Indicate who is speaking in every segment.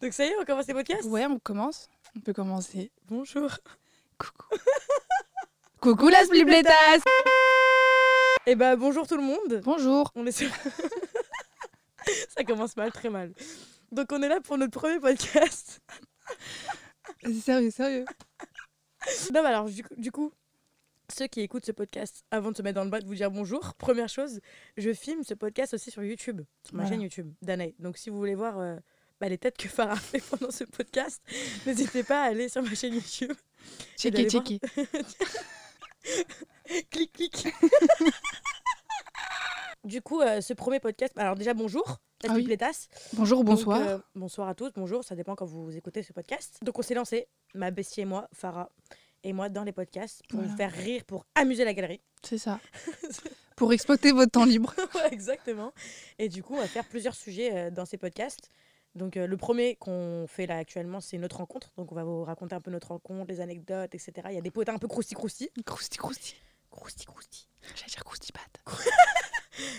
Speaker 1: Donc ça y est, on commence les podcasts
Speaker 2: Ouais, on commence. On peut commencer.
Speaker 1: Bonjour.
Speaker 2: Coucou. Coucou las blibletas
Speaker 1: Eh bah bonjour tout le monde.
Speaker 2: Bonjour.
Speaker 1: On est sur... ça commence mal, très mal. Donc on est là pour notre premier podcast.
Speaker 2: Sérieux, sérieux.
Speaker 1: Non mais alors du coup, du coup, ceux qui écoutent ce podcast, avant de se mettre dans le bas, de vous dire bonjour, première chose, je filme ce podcast aussi sur YouTube, sur ma
Speaker 2: Voilà.
Speaker 1: chaîne YouTube, Danae. Donc si vous voulez voir euh, bah, les têtes que Farah fait pendant ce podcast, n'hésitez pas à aller sur ma chaîne YouTube.
Speaker 2: Checké,
Speaker 1: d'aller voir.
Speaker 2: checké.
Speaker 1: clic, clic. du coup, euh, ce premier podcast, alors déjà bonjour, la
Speaker 2: Ah oui.
Speaker 1: Pipletas.
Speaker 2: Bonjour,
Speaker 1: Donc,
Speaker 2: bonsoir.
Speaker 1: euh, bonsoir à tous, bonjour, ça dépend quand vous écoutez ce podcast. Donc on s'est lancé, ma bestie et moi, Farah et moi, dans les podcasts pour vous
Speaker 2: Voilà.
Speaker 1: faire rire, pour amuser la galerie.
Speaker 2: C'est ça. Pour exploiter votre temps libre.
Speaker 1: Ouais, exactement. Et du coup, on va faire plusieurs sujets euh, dans ces podcasts. Donc euh, le premier qu'on fait là actuellement, c'est notre rencontre. Donc on va vous raconter un peu notre rencontre, les anecdotes, etc. Il y a des potins un peu crousti-crousti.
Speaker 2: Crousti, crousti.
Speaker 1: Crousti-crousti.
Speaker 2: J'allais dire crousti pâte.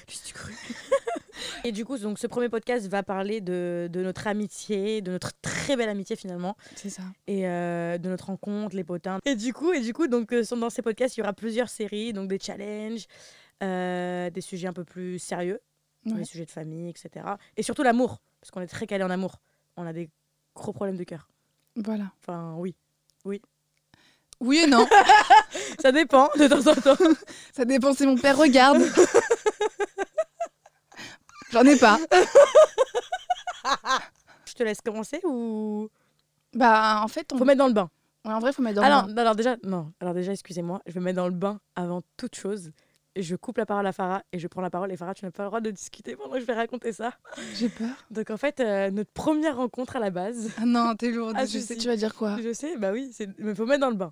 Speaker 1: Juste cru. Et du coup, donc, ce premier podcast va parler de, de notre amitié, de notre très belle amitié finalement,
Speaker 2: C'est ça.
Speaker 1: et euh, de notre rencontre, les potins. Et du coup, et du coup donc, euh, sont- dans ces podcasts, il y aura plusieurs séries, donc des challenges, euh, des sujets un peu plus sérieux,
Speaker 2: Ouais.
Speaker 1: des sujets de famille, etc. Et surtout l'amour, parce qu'on est très calé en amour. On a des gros problèmes de cœur.
Speaker 2: Voilà.
Speaker 1: Enfin, oui.
Speaker 2: Oui et non.
Speaker 1: Ça dépend de temps en temps.
Speaker 2: ça dépend si mon père regarde. J'en ai pas.
Speaker 1: Je te laisse commencer ou.
Speaker 2: Bah, en fait, on...
Speaker 1: Faut mettre dans le bain.
Speaker 2: ouais, en vrai, faut mettre dans
Speaker 1: Alors,
Speaker 2: le bain.
Speaker 1: alors déjà, non. Alors déjà, excusez-moi, je vais me mettre dans le bain avant toute chose. Et Je coupe la parole à Farah et je prends la parole. Et Farah, tu n'as pas le droit de discuter pendant que je vais raconter ça.
Speaker 2: J'ai peur.
Speaker 1: Donc en fait, euh, notre première rencontre à la base,
Speaker 2: Ah non, t'es lourde.
Speaker 1: Ah,
Speaker 2: je
Speaker 1: si,
Speaker 2: sais,
Speaker 1: si.
Speaker 2: tu vas dire quoi
Speaker 1: je sais, bah oui, c'est- mais faut mettre dans le bain.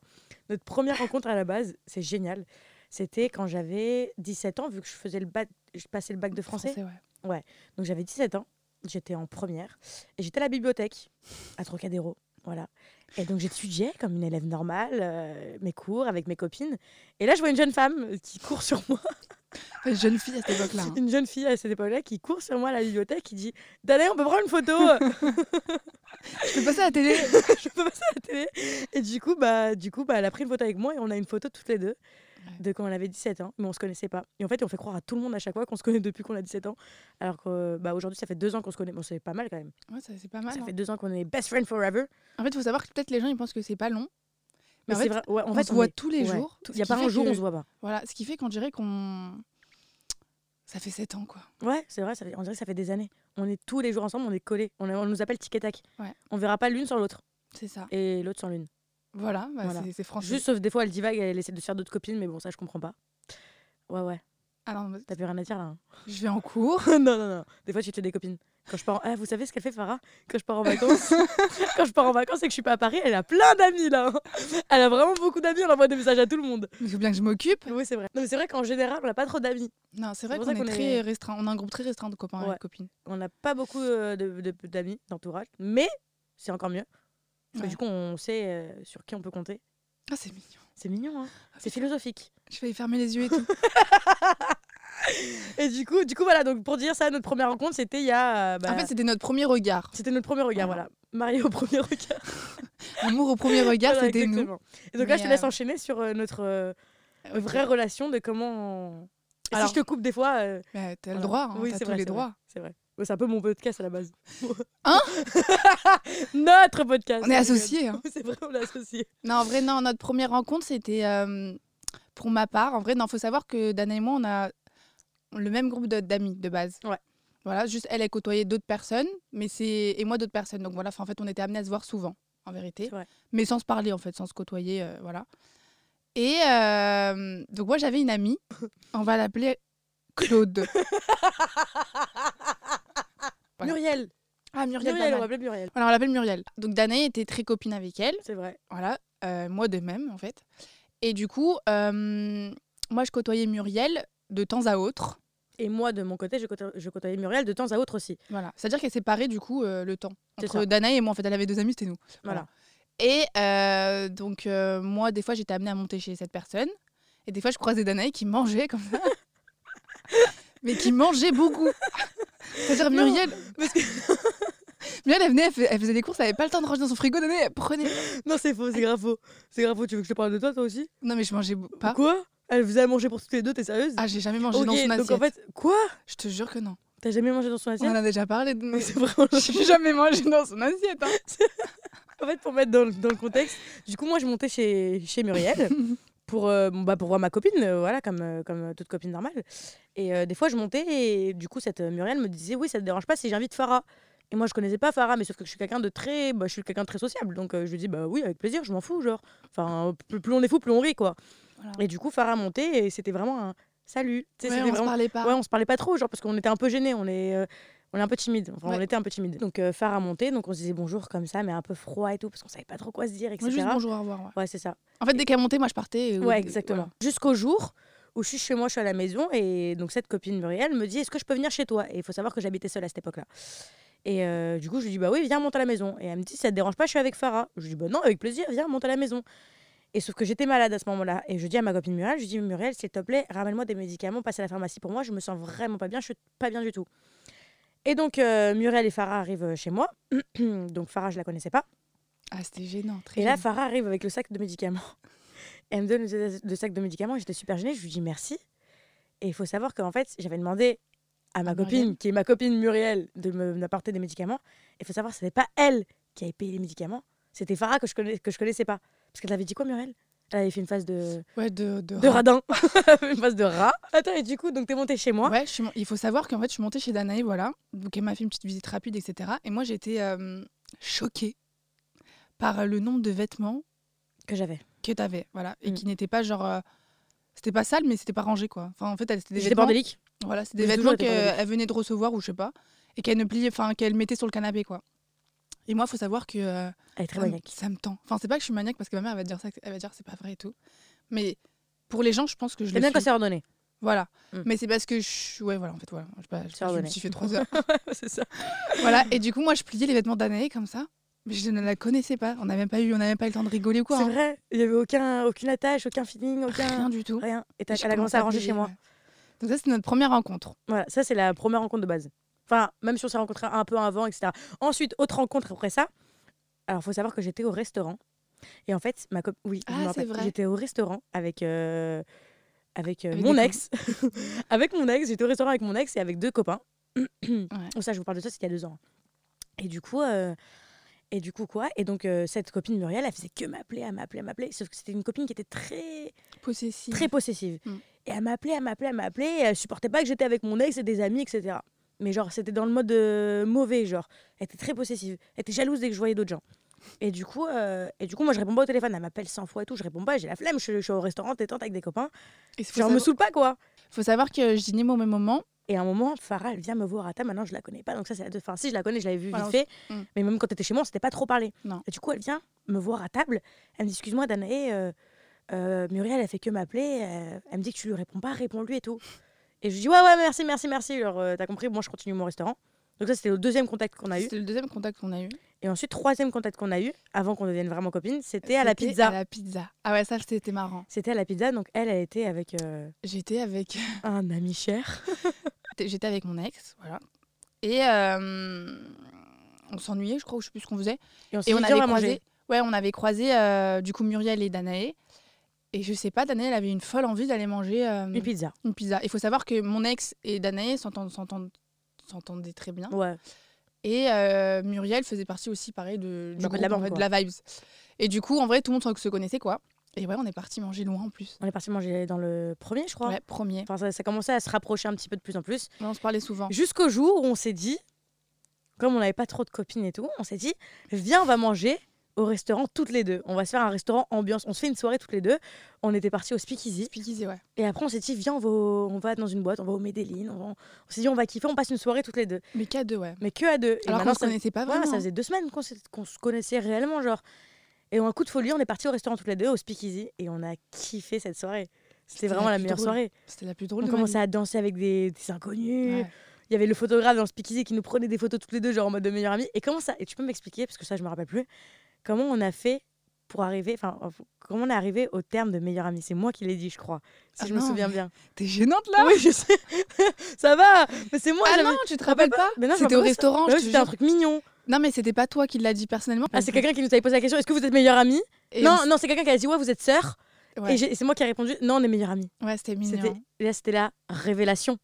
Speaker 1: Notre première rencontre à la base, c'est génial. C'était quand j'avais 17 ans, vu que je faisais le bac, je passais le bac de français.
Speaker 2: ouais.
Speaker 1: Donc j'avais 17 ans, j'étais en première et j'étais à la bibliothèque à Trocadéro. Voilà. Et donc j'étudiais comme une élève normale, euh, mes cours avec mes copines. Et là, je vois une jeune femme qui court sur moi,
Speaker 2: Enfin, jeune fille à cette époque-là. hein.
Speaker 1: une jeune fille à cette époque-là qui court sur moi à la bibliothèque qui dit D'aller, on peut prendre une photo
Speaker 2: Je peux passer à la télé
Speaker 1: Je peux passer à la télé. Et du coup, bah, du coup bah, elle a pris une photo avec moi et on a une photo toutes les deux
Speaker 2: Ouais.
Speaker 1: de quand on avait 17 ans, mais on se connaissait pas. Et en fait, on fait croire à tout le monde à chaque fois qu'on se connaît depuis qu'on a 17 ans, alors que bah, aujourd'hui, ça fait deux ans qu'on se connaît. Bon, c'est pas mal quand même.
Speaker 2: Ouais, ça, c'est pas mal.
Speaker 1: ça
Speaker 2: hein.
Speaker 1: fait deux ans qu'on est best friend forever.
Speaker 2: En fait, il faut savoir que peut-être les gens ils pensent que c'est pas long.
Speaker 1: Mais
Speaker 2: Mais en
Speaker 1: c'est
Speaker 2: fait,
Speaker 1: vrai. ouais, en
Speaker 2: on
Speaker 1: fait,
Speaker 2: se voit
Speaker 1: est-
Speaker 2: tous les
Speaker 1: ouais,
Speaker 2: jours.
Speaker 1: tout- Il
Speaker 2: ce
Speaker 1: n'y a
Speaker 2: qui
Speaker 1: pas
Speaker 2: fait
Speaker 1: un jour où
Speaker 2: que-
Speaker 1: on se voit pas.
Speaker 2: Voilà, ce qui fait qu'on dirait qu'on. Ça fait 7 ans quoi.
Speaker 1: Ouais, c'est vrai, ça fait- on dirait que ça fait des années. On est tous les jours ensemble, on est collés. On, est- on nous appelle tic et tac.
Speaker 2: Ouais.
Speaker 1: On verra pas l'une sans l'autre
Speaker 2: C'est ça.
Speaker 1: et l'autre sans l'une.
Speaker 2: Voilà, bah,
Speaker 1: Voilà.
Speaker 2: c'est- c'est français.
Speaker 1: Juste sauf des fois, elle divague, elle essaie de se faire d'autres copines, mais bon, ça, je comprends pas. Ouais, ouais,
Speaker 2: Ah non,
Speaker 1: t'as plus rien à dire là. hein.
Speaker 2: je vais en cours.
Speaker 1: non, non, non. Des fois, tu te fais des copines. Quand je pars en- Ah, vous savez ce qu'elle fait, Farah Quand je pars en vacances, quand je pars en vacances et que je suis pas à Paris, elle a plein d'amis là. hein. Elle a vraiment beaucoup d'amis. Elle envoie des messages à tout le monde.
Speaker 2: Il faut bien que je m'occupe.
Speaker 1: Oui, c'est vrai. Non, mais c'est vrai qu'en général, on n'a pas trop d'amis.
Speaker 2: Non, c'est vrai
Speaker 1: pour
Speaker 2: qu'on
Speaker 1: ça
Speaker 2: est
Speaker 1: qu'on
Speaker 2: très
Speaker 1: est-
Speaker 2: restreint. On a un groupe très restreint de copains et
Speaker 1: Ouais.
Speaker 2: de copines.
Speaker 1: on n'a pas beaucoup euh, de- de- d'amis, d'entourage, mais c'est encore mieux. Parce que
Speaker 2: Ouais.
Speaker 1: du coup, on sait euh, sur qui on peut compter.
Speaker 2: Ah, c'est mignon.
Speaker 1: C'est mignon, hein c'est philosophique.
Speaker 2: Je vais y fermer les yeux et tout.
Speaker 1: Et du coup, du coup, voilà, donc pour dire ça, notre première rencontre, c'était il y a. euh, bah,
Speaker 2: En fait, c'était notre premier regard.
Speaker 1: c'était notre premier regard,
Speaker 2: Voilà.
Speaker 1: voilà. Marié au premier regard.
Speaker 2: L'amour au premier regard,
Speaker 1: Voilà,
Speaker 2: c'était nous.
Speaker 1: exactement. Et donc là,
Speaker 2: Mais,
Speaker 1: je te laisse
Speaker 2: euh,
Speaker 1: enchaîner sur euh, notre euh,
Speaker 2: Ok.
Speaker 1: vraie relation de comment. Et
Speaker 2: Alors-
Speaker 1: si je te coupe des fois, euh,
Speaker 2: Mais t'as le
Speaker 1: Voilà.
Speaker 2: droit, hein,
Speaker 1: Oui,
Speaker 2: t'as
Speaker 1: c'est
Speaker 2: tous
Speaker 1: vrai,
Speaker 2: les
Speaker 1: c'est vrai.
Speaker 2: droits.
Speaker 1: c'est vrai. Ouais, C'est un peu mon podcast à la base.
Speaker 2: Hein
Speaker 1: Notre podcast.
Speaker 2: On est associés. hein.
Speaker 1: Ah, C'est vrai, on est associés.
Speaker 2: Non, en vrai, non, notre première rencontre, c'était euh, pour ma part. En vrai, non, faut savoir que Dana et moi, on a le même groupe de- d'amis de base.
Speaker 1: Ouais.
Speaker 2: Voilà, juste elle, elle côtoyait d'autres personnes, mais c'est et moi d'autres personnes. Donc voilà, enfin, en fait, on était amenés à se voir souvent, en vérité.
Speaker 1: C'est vrai.
Speaker 2: Mais sans se parler, en fait, sans se côtoyer, euh, voilà. Et euh, donc moi, j'avais une amie, on va l'appeler Claude. Voilà.
Speaker 1: Muriel.
Speaker 2: Ah,
Speaker 1: Muriel,
Speaker 2: Muriel,
Speaker 1: on
Speaker 2: pas
Speaker 1: va
Speaker 2: mal.
Speaker 1: appeler Muriel.
Speaker 2: Alors, on l'appelle Muriel. Donc Danae était très copine avec elle.
Speaker 1: C'est vrai.
Speaker 2: Voilà, euh, moi de même en fait. Et du coup, euh, moi je côtoyais Muriel de temps à autre.
Speaker 1: Et moi, de mon côté, je, côto- je côtoyais Muriel de temps à autre aussi.
Speaker 2: Voilà, c'est-à-dire qu'elle séparait du coup euh, le temps.
Speaker 1: C'est
Speaker 2: Entre
Speaker 1: ça.
Speaker 2: Danae et moi en fait, elle avait deux amis, c'était nous.
Speaker 1: Voilà.
Speaker 2: Et euh, donc euh, moi des fois j'étais amenée à monter chez cette personne. Et des fois je croisais Danae qui mangeait comme ça. Mais qui mangeait beaucoup. C'est-à-dire
Speaker 1: Non.
Speaker 2: Muriel, Mais elle, elle venait, elle, fais- elle faisait des courses, elle avait pas le temps de ranger dans son frigo, elle venait, elle prenait.
Speaker 1: Non, c'est faux, c'est grave faux. C'est grave faux. Tu veux que je te parle de toi, toi aussi
Speaker 2: Non, mais je mangeais b- pas.
Speaker 1: Quoi Elle vous a mangé pour toutes les deux, t'es sérieuse
Speaker 2: Ah, j'ai jamais mangé
Speaker 1: Ok,
Speaker 2: dans son assiette.
Speaker 1: donc en fait, quoi
Speaker 2: Je te jure que non.
Speaker 1: T'as jamais mangé dans son
Speaker 2: On en
Speaker 1: assiette
Speaker 2: a déjà parlé de.
Speaker 1: Mais c'est vraiment.
Speaker 2: J'ai jamais mangé dans son assiette. hein.
Speaker 1: En fait, pour mettre dans le, dans le contexte, du coup, moi, je montais chez, chez Muriel pour, euh, bon, bah, pour voir ma copine, euh, voilà, comme, euh, comme euh, toute copine normale. Et euh, des fois, je montais et du coup, cette euh, Muriel me disait Oui, ça te dérange pas si j'invite Farah Et moi, je connaissais pas Farah, mais sauf que je suis quelqu'un de très. Bah, je suis quelqu'un de très sociable. Donc, euh, je lui dis Bah oui, avec plaisir, je m'en fous, genre. Enfin, plus, plus on est fou, plus on rit, quoi.
Speaker 2: Voilà.
Speaker 1: Et du coup, Farah montait et c'était vraiment un salut. Tu sais,
Speaker 2: Ouais,
Speaker 1: c'était
Speaker 2: on se
Speaker 1: vraiment-
Speaker 2: parlait pas.
Speaker 1: Ouais, on se parlait pas trop, genre parce qu'on était un peu gênés, on est, euh, on est un peu timide. Enfin, on
Speaker 2: Ouais.
Speaker 1: était un peu timide. Donc euh, phare à monter, donc on se disait bonjour comme ça, mais un peu froid et tout, parce qu'on savait pas trop quoi se dire,
Speaker 2: Ouais,
Speaker 1: etc.
Speaker 2: juste bonjour, au revoir. ouais.
Speaker 1: Ouais, c'est ça.
Speaker 2: En fait, dès qu'elle montait, moi je partais. euh, et-
Speaker 1: Ouais, exactement.
Speaker 2: voilà.
Speaker 1: Jusqu'au jour où je suis chez moi, je suis à la maison, et donc cette copine Muriel me dit Est-ce que je peux venir chez toi Et il faut savoir que j'habitais seule à cette époque-là. Et euh, du coup, je lui dis Bah oui, viens, monte à la maison. Et elle me dit Ça te dérange pas, je suis avec Farah. Je lui dis Bah non, avec plaisir, viens, monte à la maison. Et sauf que j'étais malade à ce moment-là. Et je dis à ma copine Muriel Je lui dis Muriel, s'il te plaît, ramène-moi des médicaments, passe à la pharmacie pour moi, je me sens vraiment pas bien, je suis pas bien du tout. Et donc, euh, Muriel et Farah arrivent chez moi. donc, Farah, je la connaissais pas.
Speaker 2: Ah, c'était gênant. Très
Speaker 1: Et là,
Speaker 2: gênant.
Speaker 1: Farah arrive avec le sac de médicaments. Elle me donne le le sac de médicaments. et J'étais super gênée. Je lui dis merci. Et il faut savoir qu'en fait, j'avais demandé à ma
Speaker 2: À
Speaker 1: copine,
Speaker 2: Muriel.
Speaker 1: qui est ma copine Muriel, de me- m'apporter des médicaments. Il faut savoir que ce n'était pas elle qui avait payé les médicaments. C'était Farah que je, connais, que je connaissais pas. Parce qu'elle avait dit quoi, Muriel Elle avait fait une phase de,
Speaker 2: Ouais, de, de,
Speaker 1: de
Speaker 2: rat.
Speaker 1: radin. une phase de rat. Attends, et du coup, donc t'es montée chez moi.
Speaker 2: Ouais, je suis mon- il faut savoir qu'en fait, je suis montée chez Danae, voilà. Donc, elle m'a fait une petite visite rapide, etc. Et moi, j'étais euh, choquée par le nombre de vêtements
Speaker 1: Que j'avais.
Speaker 2: que t'avais, voilà. Et
Speaker 1: Mm.
Speaker 2: qui n'étaient pas genre. euh, C'était pas sale, mais c'était pas rangé, quoi. Enfin, en fait, elle- c'était des
Speaker 1: J'étais
Speaker 2: vêtements.
Speaker 1: bordélique.
Speaker 2: Voilà, c'est des
Speaker 1: J'ai
Speaker 2: vêtements
Speaker 1: toujours été bordélique.
Speaker 2: qu'elle venait de recevoir ou je sais pas. Et qu'elle ne pliait, enfin, qu'elle mettait sur le canapé, quoi. Et moi, faut savoir que. euh,
Speaker 1: Elle est très
Speaker 2: ça me-
Speaker 1: maniaque.
Speaker 2: Ça me tend. Enfin, c'est pas que je suis maniaque parce que ma mère elle va dire ça, elle va dire c'est pas vrai et tout. Mais pour les gens, je pense que je
Speaker 1: J'aime
Speaker 2: le
Speaker 1: bien
Speaker 2: suis.
Speaker 1: quand c'est ordonné.
Speaker 2: Voilà.
Speaker 1: Mm.
Speaker 2: Mais c'est parce que je ouais voilà en fait voilà, je sais pas, je,
Speaker 1: C'est
Speaker 2: je me
Speaker 1: ordonné.
Speaker 2: suis fait trois heures.
Speaker 1: c'est ça.
Speaker 2: voilà et du coup moi je pliais les vêtements d'Anaé comme ça. Mais je ne la connaissais pas. On n'a même pas eu, on n'a même pas eu le temps de rigoler ou quoi.
Speaker 1: C'est
Speaker 2: hein.
Speaker 1: vrai. Il n'y avait aucun, aucune attache, aucun feeling, aucun.
Speaker 2: Rien du tout.
Speaker 1: Rien. Et t'as-
Speaker 2: J'ai
Speaker 1: elle a commencé à ranger
Speaker 2: bouger,
Speaker 1: chez moi.
Speaker 2: ouais. Donc ça c'est notre première rencontre.
Speaker 1: Voilà, ça c'est la première rencontre de base. Enfin, même si on s'est rencontrés un peu avant, etc. Ensuite, autre rencontre après ça. Alors, faut savoir que j'étais au restaurant. Et en fait, ma copine. Oui, je
Speaker 2: Ah,
Speaker 1: me
Speaker 2: c'est
Speaker 1: rappelle.
Speaker 2: vrai.
Speaker 1: J'étais au restaurant avec. euh, Avec, euh,
Speaker 2: Avec
Speaker 1: mon
Speaker 2: des
Speaker 1: ex. avec mon ex. J'étais au restaurant avec mon ex et avec deux copains. Oh, ça, je vous parle de ça, c'était il y a deux ans. Et du coup, euh, et du coup quoi Et donc, euh, cette copine Muriel, elle faisait que m'appeler, elle m'appelait, elle m'appelait. Sauf que c'était une copine qui était très
Speaker 2: Possessive.
Speaker 1: très possessive.
Speaker 2: Mm.
Speaker 1: Et elle m'appelait, elle m'appelait, elle m'appelait, et elle supportait pas que j'étais avec mon ex et des amis, etc. Mais genre, c'était dans le mode euh, mauvais, genre. Elle était très possessive. Elle était jalouse dès que je voyais d'autres gens. Et du coup, euh, et du coup moi, je réponds pas au téléphone. Elle m'appelle 100 fois et tout, je réponds pas, j'ai la flemme, je, je suis au restaurant, détente avec des copains.
Speaker 2: Et faut,
Speaker 1: Genre, me
Speaker 2: savoir...
Speaker 1: saoule pas, quoi.
Speaker 2: faut savoir que je dînais moi au même moment.
Speaker 1: Et à un moment, Farah, elle vient me voir à table. Maintenant, je la connais pas. Donc, ça, c'est la deux. Enfin, si, je la connais, je l'avais vue
Speaker 2: Voilà,
Speaker 1: vite fait.
Speaker 2: Mm.
Speaker 1: Mais même quand t'étais chez moi, on s'était pas trop parlé.
Speaker 2: Non.
Speaker 1: Et du coup, elle vient me voir à table. Elle me dit Excuse-moi, Danae, euh, euh, Muriel, elle fait que m'appeler. euh, elle me dit que tu lui réponds pas, réponds-lui et tout. Et je lui dis Ouais, ouais, merci, merci, merci. Alors, euh, t'as compris, moi, je continue mon restaurant. Donc, ça, c'était le deuxième contact qu'on a eu.
Speaker 2: C'était le deuxième contact qu'on a eu.
Speaker 1: Et ensuite, troisième contact qu'on a eu, avant qu'on devienne vraiment copines, c'était à la
Speaker 2: C'était
Speaker 1: pizza.
Speaker 2: À la pizza. Ah ouais ça c'était marrant.
Speaker 1: C'était à la pizza. Donc, elle, elle était avec euh,
Speaker 2: J'étais avec
Speaker 1: un ami cher.
Speaker 2: J'étais- j'étais avec mon ex, voilà. Et euh, on s'ennuyait, je crois, ou je sais plus ce qu'on faisait.
Speaker 1: on, s'est
Speaker 2: Et on
Speaker 1: dit,
Speaker 2: avait
Speaker 1: va
Speaker 2: croisé, ouais, on avait croisé euh, du coup Muriel et Danae. Et je sais pas, Danae, elle avait une folle envie d'aller manger euh,
Speaker 1: une pizza.
Speaker 2: une pizza. Il faut savoir que mon ex et Danae s'entendent, s'entendent, s'entendaient très bien.
Speaker 1: Ouais.
Speaker 2: Et euh, Muriel faisait partie aussi, pareil, de,
Speaker 1: Du coup, de la
Speaker 2: en
Speaker 1: bande,
Speaker 2: fait, la vibes. Et du coup, en vrai, tout le monde se connaissait, quoi. Et ouais, on est parti manger loin en plus.
Speaker 1: On est parti manger dans le premier, je crois.
Speaker 2: Ouais, premier.
Speaker 1: Enfin, ça, ça commençait à se rapprocher un petit peu de plus en plus.
Speaker 2: Ouais, on se parlait souvent.
Speaker 1: Jusqu'au jour où on s'est dit, comme on n'avait pas trop de copines et tout, on s'est dit, viens, on va manger au restaurant toutes les deux. On va se faire un restaurant ambiance. On se fait une soirée toutes les deux. On était partis au Speakeasy.
Speaker 2: Puis disait, ouais.
Speaker 1: Et après, on s'est dit, viens, on va, au- on va dans une boîte, on va au Medellin. On, va- on s'est dit, on va kiffer, on passe une soirée toutes les deux.
Speaker 2: Mais qu'à deux, ouais.
Speaker 1: Mais que à deux. Et
Speaker 2: Alors
Speaker 1: maintenant,
Speaker 2: qu'on se
Speaker 1: ça-
Speaker 2: connaissait pas
Speaker 1: Ouais,
Speaker 2: vraiment.
Speaker 1: ça faisait deux semaines qu'on s'est- qu'on se connaissait réellement, genre. Et en un coup de folie, on est partis au restaurant toutes les deux, au Speakeasy. Et on a kiffé cette soirée. C'était
Speaker 2: C'était la
Speaker 1: vraiment la
Speaker 2: plus
Speaker 1: meilleure
Speaker 2: drôle.
Speaker 1: soirée.
Speaker 2: C'était la plus drôle
Speaker 1: On
Speaker 2: de ma vie.
Speaker 1: commençait à danser avec des, des inconnus.
Speaker 2: Ouais.
Speaker 1: Il y avait le photographe dans Speakeasy qui nous prenait des photos toutes les deux, genre en mode de meilleure amie. Et comment ça Et tu peux m'expliquer, parce que ça, je me rappelle plus, comment on a fait pour arriver, enfin, euh, comment on est arrivé au terme de meilleure amie C'est moi qui l'ai dit, je crois, si
Speaker 2: Ah
Speaker 1: je me
Speaker 2: non,
Speaker 1: souviens bien.
Speaker 2: T'es gênante là
Speaker 1: Oui, je sais. ça va, mais c'est moi.
Speaker 2: Ah
Speaker 1: j'avais-
Speaker 2: non, tu te rappelles pas
Speaker 1: Mais non, je me
Speaker 2: C'était
Speaker 1: rappelle
Speaker 2: au
Speaker 1: pas.
Speaker 2: restaurant,
Speaker 1: Ouais,
Speaker 2: je te
Speaker 1: C'était un
Speaker 2: jure.
Speaker 1: truc mignon.
Speaker 2: Non, mais c'était pas toi qui l'as dit personnellement.
Speaker 1: Ah, c'est quelqu'un qui nous avait posé la question est-ce que vous êtes meilleure amie
Speaker 2: Et
Speaker 1: Non,
Speaker 2: on s-
Speaker 1: non, c'est quelqu'un qui a dit ouais, vous êtes sœurs.
Speaker 2: Ouais,
Speaker 1: Et j'ai- c'est moi qui ai répondu non, on est meilleures amies.
Speaker 2: ouais, c'était
Speaker 1: C'était,
Speaker 2: mignon.
Speaker 1: et là, c'était la révélation.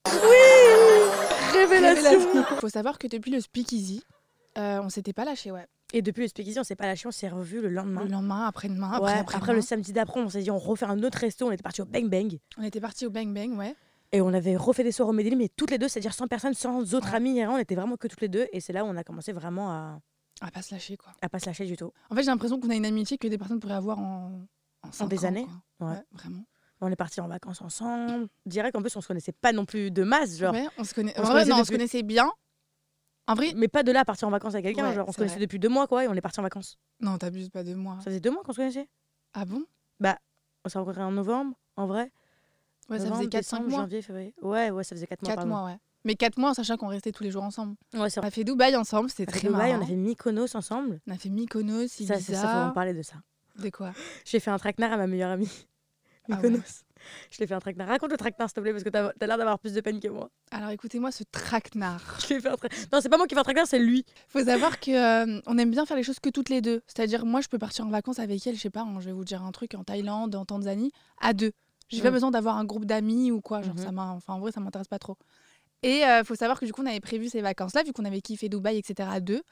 Speaker 2: Il Faut savoir que depuis le speakeasy, euh, on s'était pas lâché, ouais.
Speaker 1: Et depuis le Speakeasy, on s'est pas lâché, on s'est revu le lendemain.
Speaker 2: Le lendemain, après-demain,
Speaker 1: Ouais,
Speaker 2: Ah, après, après, hein.
Speaker 1: le samedi d'après, on s'est dit on refait un autre resto. On était parti au Bang Bang
Speaker 2: on était parti au Bang Bang, ouais.
Speaker 1: et on avait refait des soirs au Medellin, mais toutes les deux, c'est-à-dire sans personne, sans autres
Speaker 2: Ouais.
Speaker 1: amis. On était vraiment que toutes les deux et c'est là où on a commencé vraiment à,
Speaker 2: À pas se lâcher, quoi.
Speaker 1: à pas se lâcher du tout.
Speaker 2: En fait, j'ai l'impression qu'on a une amitié que des personnes pourraient avoir en, en, cinq
Speaker 1: des
Speaker 2: ans,
Speaker 1: années,
Speaker 2: quoi.
Speaker 1: ouais.
Speaker 2: vraiment.
Speaker 1: On est parti en vacances ensemble. Direct, en plus, on se connaissait pas non plus de masse, genre.
Speaker 2: Ouais, on se connaît.
Speaker 1: on
Speaker 2: en
Speaker 1: se
Speaker 2: vrai,
Speaker 1: connaissait Mm.
Speaker 2: non, on se
Speaker 1: depuis-
Speaker 2: connaissait bien. En vrai,
Speaker 1: Mais pas de là à partir en vacances avec quelqu'un.
Speaker 2: Ouais,
Speaker 1: genre, on se
Speaker 2: c'est
Speaker 1: connaissait
Speaker 2: vrai.
Speaker 1: depuis deux mois, quoi, et on est parti en vacances.
Speaker 2: non, t'abuses pas de moi.
Speaker 1: Ça faisait deux mois qu'on se connaissait.
Speaker 2: Ah bon
Speaker 1: On s'est rencontrés en novembre, en vrai.
Speaker 2: Ouais, ça
Speaker 1: Novembre,
Speaker 2: faisait 4-5
Speaker 1: décembre,
Speaker 2: mois.
Speaker 1: Janvier, février. Ouais, ouais, ça faisait quatre mois.
Speaker 2: 4 mois, ouais. Mais 4 mois, en sachant qu'on restait tous les jours ensemble.
Speaker 1: pardon. Ouais, c'est
Speaker 2: On
Speaker 1: vrai.
Speaker 2: a fait Dubaï ensemble, c'était
Speaker 1: On a
Speaker 2: très
Speaker 1: fait Dubaï,
Speaker 2: marrant.
Speaker 1: on a fait Mykonos ensemble.
Speaker 2: on a fait Mykonos,
Speaker 1: Ça,
Speaker 2: Ibiza.
Speaker 1: c'est- ça, faut en parler de ça.
Speaker 2: de quoi
Speaker 1: J'ai fait un traquenard à ma meilleure amie.
Speaker 2: Ah ouais.
Speaker 1: Mykonos. Je l'ai fait un traquenard. Raconte le traquenard, s'il te plaît, parce que t'as t'as l'air d'avoir plus de peine que moi.
Speaker 2: Alors écoutez-moi ce traquenard.
Speaker 1: Je l'ai fait un tra- Non, c'est pas moi qui fais un traquenard, c'est lui.
Speaker 2: Faut savoir que euh, on aime bien faire les choses que toutes les deux. C'est-à-dire moi je peux partir en vacances avec elle, je sais pas, en- je vais vous dire un truc en Thaïlande, en Tanzanie, à deux. J'ai pas
Speaker 1: Mm.
Speaker 2: besoin d'avoir un groupe d'amis ou quoi, genre
Speaker 1: Mhm.
Speaker 2: ça m'a enfin en vrai ça m'intéresse pas trop. Et euh, faut savoir que du coup on avait prévu ces vacances là vu qu'on avait kiffé Dubaï etc à deux.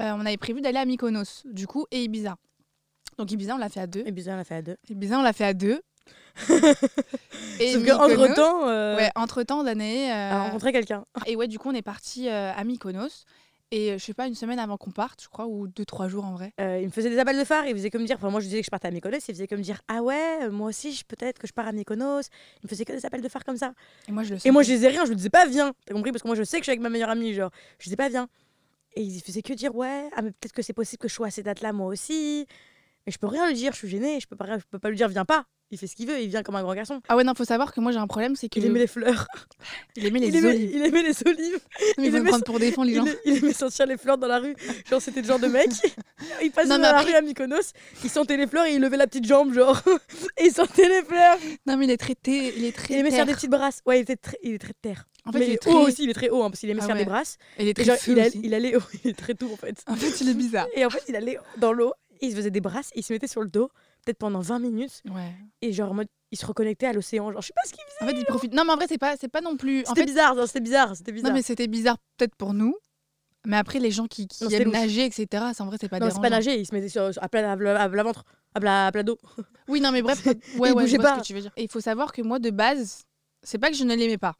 Speaker 2: euh, on avait prévu d'aller à Mykonos du coup et Ibiza. Donc Ibiza on l'a fait à deux.
Speaker 1: Et bizarre, on l'a fait à deux.
Speaker 2: Ibiza on l'a fait à deux. et
Speaker 1: Sauf qu'entre
Speaker 2: Mykonos-
Speaker 1: temps, euh,
Speaker 2: Ouais, entre-temps, Danae euh,
Speaker 1: a rencontré quelqu'un.
Speaker 2: et ouais, du coup, on est parti euh, à Mykonos. Et euh, je sais pas, une semaine avant qu'on parte, je crois, ou deux, trois jours en vrai.
Speaker 1: Euh, il me faisait des appels de phare, il faisait comme dire, enfin moi je disais que je partais à Mykonos, il faisait comme dire ah ouais, euh, moi aussi je- peut-être que je pars à Mykonos, il me faisait que des appels de phare comme ça.
Speaker 2: Et moi, je le
Speaker 1: Et
Speaker 2: sentais.
Speaker 1: moi je disais rien, je lui disais pas viens, t'as compris parce que moi je sais que je suis avec ma meilleure amie, genre je disais pas viens. Et il faisait que dire ouais, ah mais peut-être que c'est possible que je sois à ces dates-là moi aussi, mais je peux rien lui dire, je suis gênée, je peux pas, je peux pas lui dire viens pas. Il fait ce qu'il veut, il vient comme un grand garçon.
Speaker 2: Ah ouais, non, faut savoir que moi, j'ai un problème, c'est que
Speaker 1: Il aimait les fleurs,
Speaker 2: il aimait les
Speaker 1: il, aimait,
Speaker 2: olives.
Speaker 1: il aimait les olives, il
Speaker 2: Mais il faut me
Speaker 1: aimait
Speaker 2: prendre pour défendre les
Speaker 1: il,
Speaker 2: gens.
Speaker 1: il aimait sentir les fleurs dans la rue. Genre c'était le genre de mec, il passait
Speaker 2: Non,
Speaker 1: dans
Speaker 2: mais
Speaker 1: la
Speaker 2: après-
Speaker 1: rue à Mykonos, il sentait les fleurs et il levait la petite jambe genre, et il sentait les fleurs.
Speaker 2: Non, mais il est très. thé- Il est très.
Speaker 1: Il aimait se faire des
Speaker 2: terre.
Speaker 1: petites brasses. Ouais, il était très, il est très de terre.
Speaker 2: En fait,
Speaker 1: Mais
Speaker 2: il est très.
Speaker 1: haut aussi, il est très haut, hein, parce qu'il aimait
Speaker 2: Ah
Speaker 1: se faire des
Speaker 2: ouais.
Speaker 1: brasses.
Speaker 2: Il est
Speaker 1: Et
Speaker 2: très
Speaker 1: genre,
Speaker 2: feu
Speaker 1: il, a-
Speaker 2: aussi.
Speaker 1: il allait, il est très tout en fait.
Speaker 2: En fait, il est bizarre.
Speaker 1: Et en fait, il allait dans l'eau, il se faisait des brasses, il se mettait sur le dos, peut-être pendant 20 minutes,
Speaker 2: Ouais.
Speaker 1: et genre en mode, il se reconnectait à l'océan. Genre, je sais pas ce qu'il faisait.
Speaker 2: En fait, il profite. Non, mais en vrai, c'est pas, c'est pas non plus. En
Speaker 1: C'était
Speaker 2: fait,
Speaker 1: bizarre, non, c'était bizarre, c'était bizarre.
Speaker 2: non, mais c'était bizarre peut-être pour nous. Mais après, les gens qui, qui
Speaker 1: Non, c'était
Speaker 2: aiment
Speaker 1: louche.
Speaker 2: nager, etc., c'est en vrai, c'est pas
Speaker 1: Non, c'est pas
Speaker 2: dérangeant.
Speaker 1: nager, il se mettait sur, sur- à plat, à plat- à plat ventre, à plat, à plat dos.
Speaker 2: Oui, non, mais bref, ouais, ouais,
Speaker 1: bougeait
Speaker 2: je vois
Speaker 1: pas.
Speaker 2: ce que tu veux dire. Et il faut savoir que moi, de base, c'est pas que je ne l'aimais pas.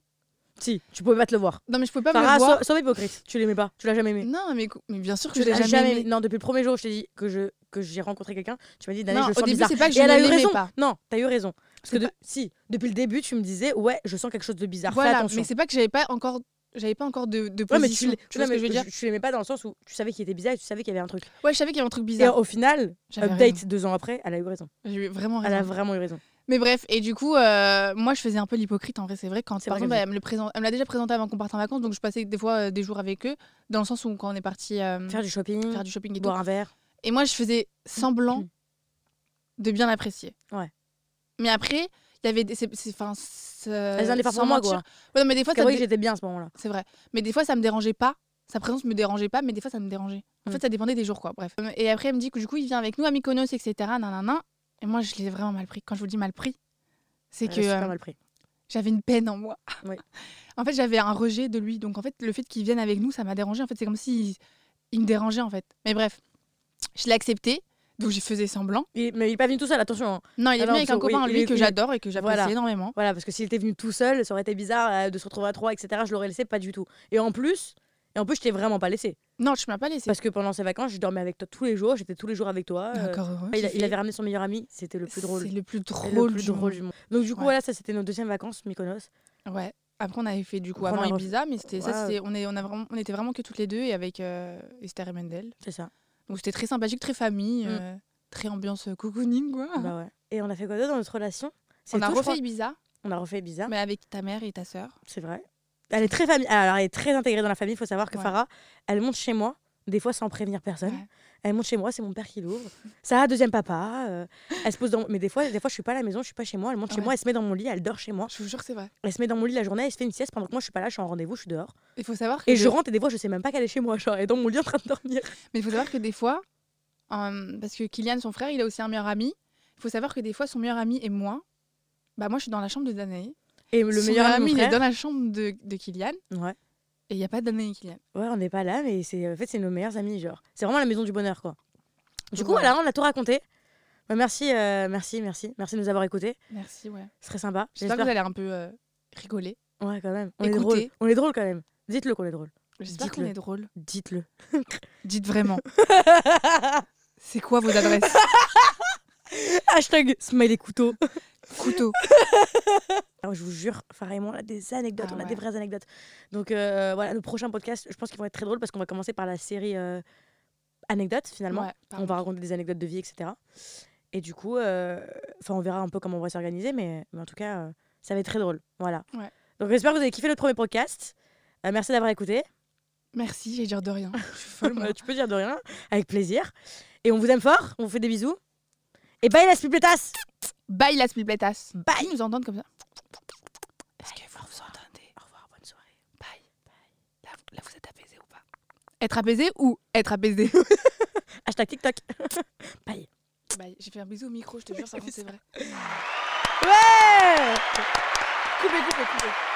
Speaker 1: Si, tu pouvais pas te le voir.
Speaker 2: Non, mais je pouvais pas me
Speaker 1: Sarah,
Speaker 2: le voir.
Speaker 1: sois, sois hypocrite, tu l'aimais pas, tu l'as jamais aimé.
Speaker 2: Non, mais, écou- mais bien sûr que
Speaker 1: Tu
Speaker 2: je l'ai
Speaker 1: l'as
Speaker 2: jamais,
Speaker 1: jamais
Speaker 2: aimé.
Speaker 1: aimé. Non, depuis le premier jour, je t'ai dit que je que j'ai rencontré quelqu'un, tu m'as dit, Danae,
Speaker 2: Non,
Speaker 1: je le
Speaker 2: au
Speaker 1: sens
Speaker 2: début,
Speaker 1: bizarre.
Speaker 2: c'est pas que
Speaker 1: Et
Speaker 2: je
Speaker 1: elle a
Speaker 2: ne
Speaker 1: eu
Speaker 2: l'aimais
Speaker 1: raison.
Speaker 2: pas.
Speaker 1: Non, t'as eu raison. Parce que
Speaker 2: C'est
Speaker 1: de- si, depuis le début, tu me disais, ouais, je sens quelque chose de bizarre. Fais
Speaker 2: Voilà,
Speaker 1: attention.
Speaker 2: mais c'est pas que j'avais pas encore, j'avais pas encore de, de
Speaker 1: Ouais, mais tu,
Speaker 2: position.
Speaker 1: l'as-
Speaker 2: tu
Speaker 1: non,
Speaker 2: vois ce
Speaker 1: mais
Speaker 2: que je veux dire
Speaker 1: Tu, l'aimais pas dans le sens où tu savais qu'il était bizarre et tu savais qu'il y avait un truc.
Speaker 2: Ouais, je savais qu'il y avait un truc
Speaker 1: Et
Speaker 2: bizarre.
Speaker 1: au final,
Speaker 2: J'avais
Speaker 1: update
Speaker 2: raison.
Speaker 1: deux ans après, elle a eu raison.
Speaker 2: J'ai eu vraiment
Speaker 1: Elle a
Speaker 2: raison.
Speaker 1: vraiment eu raison.
Speaker 2: Mais bref, et du coup, euh, moi, je faisais un peu l'hypocrite en vrai. C'est vrai quand
Speaker 1: C'est
Speaker 2: par
Speaker 1: vrai
Speaker 2: exemple,
Speaker 1: qu'elle
Speaker 2: elle me le présente, elle me l'a déjà présenté avant qu'on parte en vacances, donc je passais des fois euh, des jours avec eux, dans le sens où quand on est parti euh,
Speaker 1: Faire du shopping,
Speaker 2: faire du shopping et tout.
Speaker 1: boire un verre.
Speaker 2: Et moi, je faisais semblant de bien l'apprécier.
Speaker 1: Ouais.
Speaker 2: Mais après, il y avait des. c'est- c'est- Enfin,
Speaker 1: Elles allaient
Speaker 2: Elles
Speaker 1: pas pour moi, quoi.
Speaker 2: Ouais, non, mais des
Speaker 1: Parce
Speaker 2: fois,
Speaker 1: que
Speaker 2: ça me
Speaker 1: oui, j'étais bien à ce moment-là.
Speaker 2: C'est vrai. Mais des fois, ça me dérangeait pas. Sa présence me dérangeait pas, mais des fois, ça me dérangeait. En
Speaker 1: Mm.
Speaker 2: fait, ça dépendait des jours, quoi. Bref. Euh, Et après, elle me dit que du coup, il vient avec nous à Mykonos, etc. Nanana. Et moi, je l'ai vraiment mal pris. Quand je vous dis mal pris, c'est
Speaker 1: Elle
Speaker 2: que
Speaker 1: a super
Speaker 2: euh,
Speaker 1: mal pris.
Speaker 2: j'avais une peine en moi.
Speaker 1: Oui.
Speaker 2: en fait, j'avais un rejet de lui. Donc, en fait, le fait qu'il vienne avec nous, ça m'a dérangé. En fait, c'est comme si il me dérangeait, en fait. Mais bref, je l'ai accepté. Donc, je faisais semblant.
Speaker 1: Il- mais il est pas venu tout seul, attention. hein.
Speaker 2: Non, il est
Speaker 1: Ah non,
Speaker 2: venu avec un
Speaker 1: parce que-
Speaker 2: copain,
Speaker 1: oui,
Speaker 2: lui,
Speaker 1: il-
Speaker 2: que
Speaker 1: il-
Speaker 2: j'adore et que j'apprécie
Speaker 1: Voilà.
Speaker 2: énormément.
Speaker 1: Voilà, parce que s'il était venu tout seul, ça aurait été bizarre euh, de se retrouver à trois, etc. Je l'aurais laissé, pas du tout. Et en plus, et en plus, je t'ai vraiment pas laissé.
Speaker 2: Non, tu m'as pas laissé.
Speaker 1: Parce que pendant ces vacances, je dormais avec toi tous les jours, j'étais tous les jours avec toi. euh,
Speaker 2: Encore heureux.
Speaker 1: il, a-
Speaker 2: j'ai
Speaker 1: il
Speaker 2: fait-
Speaker 1: avait ramené son meilleur ami, c'était le plus drôle.
Speaker 2: C'est le plus
Speaker 1: C'est
Speaker 2: drôle,
Speaker 1: plus
Speaker 2: du
Speaker 1: drôle
Speaker 2: monde.
Speaker 1: du monde. Donc du coup,
Speaker 2: Ouais.
Speaker 1: voilà, ça c'était nos deuxièmes vacances, Mykonos.
Speaker 2: Ouais. Après, on avait fait du coup
Speaker 1: Après, on
Speaker 2: avant
Speaker 1: a ref-
Speaker 2: Ibiza, mais c'était ça,
Speaker 1: Ouais.
Speaker 2: c'était- on, est, on, a vraiment, on était vraiment que toutes les deux et avec euh, Esther et Mendel.
Speaker 1: C'est ça.
Speaker 2: Donc c'était très sympathique, très famille,
Speaker 1: Mm.
Speaker 2: euh, très ambiance euh, cocooning, quoi.
Speaker 1: Bah ouais. Et on a fait quoi d'autre dans notre relation C'est
Speaker 2: on a
Speaker 1: tout, je
Speaker 2: refait
Speaker 1: crois. Hein
Speaker 2: Ibiza,
Speaker 1: On a refait bizarre,
Speaker 2: mais avec ta mère et ta sœur.
Speaker 1: c'est vrai. Elle est très famille. Alors elle est très intégrée dans la famille. Il faut savoir que
Speaker 2: Ouais.
Speaker 1: Farah, elle monte chez moi des fois sans prévenir personne.
Speaker 2: Ouais.
Speaker 1: Elle monte chez moi, c'est mon père qui l'ouvre. Ça, a deuxième papa. euh, elle se pose dans. Mais des fois, des fois, je suis pas à la maison, je suis pas chez moi. Elle monte chez
Speaker 2: Ouais.
Speaker 1: moi, elle se met dans mon lit, elle dort chez moi.
Speaker 2: Je vous jure que c'est vrai.
Speaker 1: Elle se met dans mon lit la journée, elle se fait une sieste pendant que moi, je suis pas là, je suis en rendez-vous, je suis dehors.
Speaker 2: Il faut savoir que
Speaker 1: Et je
Speaker 2: le-
Speaker 1: rentre et des fois, je sais même pas qu'elle est chez moi. Genre, elle est dans mon lit en train de dormir.
Speaker 2: Mais il faut savoir que des fois, euh, parce que Kylian, son frère, il a aussi un meilleur ami. Il faut savoir que des fois, son meilleur ami et moi, bah moi, je suis dans la chambre de Danae.
Speaker 1: Et le
Speaker 2: Son
Speaker 1: meilleur ami,
Speaker 2: il
Speaker 1: mon
Speaker 2: est
Speaker 1: frère-
Speaker 2: dans la chambre de, de Kylian.
Speaker 1: Ouais.
Speaker 2: Et il n'y a pas Danae et Kylian.
Speaker 1: Ouais, on n'est pas là, mais c'est en fait, c'est nos meilleurs amis. Genre, c'est vraiment la maison du bonheur, quoi. Du coup,
Speaker 2: Voilà.
Speaker 1: voilà, on a tout raconté. Bah, merci, euh, merci, merci, merci de nous avoir écoutés.
Speaker 2: Merci, ouais.
Speaker 1: Ce serait sympa.
Speaker 2: J'espère que
Speaker 1: J'espère.
Speaker 2: vous allez un peu euh, rigoler.
Speaker 1: Ouais, quand même. On est
Speaker 2: Écoutez.
Speaker 1: drôle. On est drôle quand même. Dites-le qu'on est drôle.
Speaker 2: J'espère
Speaker 1: Dites-le.
Speaker 2: qu'on est drôle.
Speaker 1: Dites-le.
Speaker 2: Dites vraiment. C'est quoi vos adresses
Speaker 1: Hashtag smiley couteau.
Speaker 2: Couteau.
Speaker 1: Alors, je vous jure, Farah et moi, on a des anecdotes,
Speaker 2: Ah
Speaker 1: on a
Speaker 2: ouais.
Speaker 1: des vraies anecdotes. Donc euh, voilà, le prochain podcast, je pense qu'ils vont être très drôles parce qu'on va commencer par la série euh, anecdotes finalement.
Speaker 2: Ouais,
Speaker 1: on
Speaker 2: pardon.
Speaker 1: va raconter des anecdotes de vie, etc. Et du coup, euh, enfin, on verra un peu comment on va s'organiser, mais, mais en tout cas, euh, ça va être très drôle. Voilà.
Speaker 2: Ouais.
Speaker 1: Donc j'espère que vous avez kiffé notre premier podcast. Euh, merci d'avoir écouté.
Speaker 2: Merci, j'ai dire de rien. Je suis folle, moi.
Speaker 1: tu peux dire de rien, avec plaisir. Et on vous aime fort, on vous fait des bisous. Et bye la spipletas
Speaker 2: Bye las pipletas.
Speaker 1: Bye.
Speaker 2: Ils nous entendent comme ça. Est-ce que vous vous entendez
Speaker 1: Au revoir, bonne soirée.
Speaker 2: Bye. Là, vous- là, vous êtes apaisé ou pas Être apaisé ou être apaisé
Speaker 1: Hashtag TikTok. bye.
Speaker 2: Bye. J'ai fait un bisou au micro, je te jure, ça
Speaker 1: Oui,
Speaker 2: c'est
Speaker 1: c'est
Speaker 2: vrai.
Speaker 1: Ouais
Speaker 2: Coupez, coupez, coupez.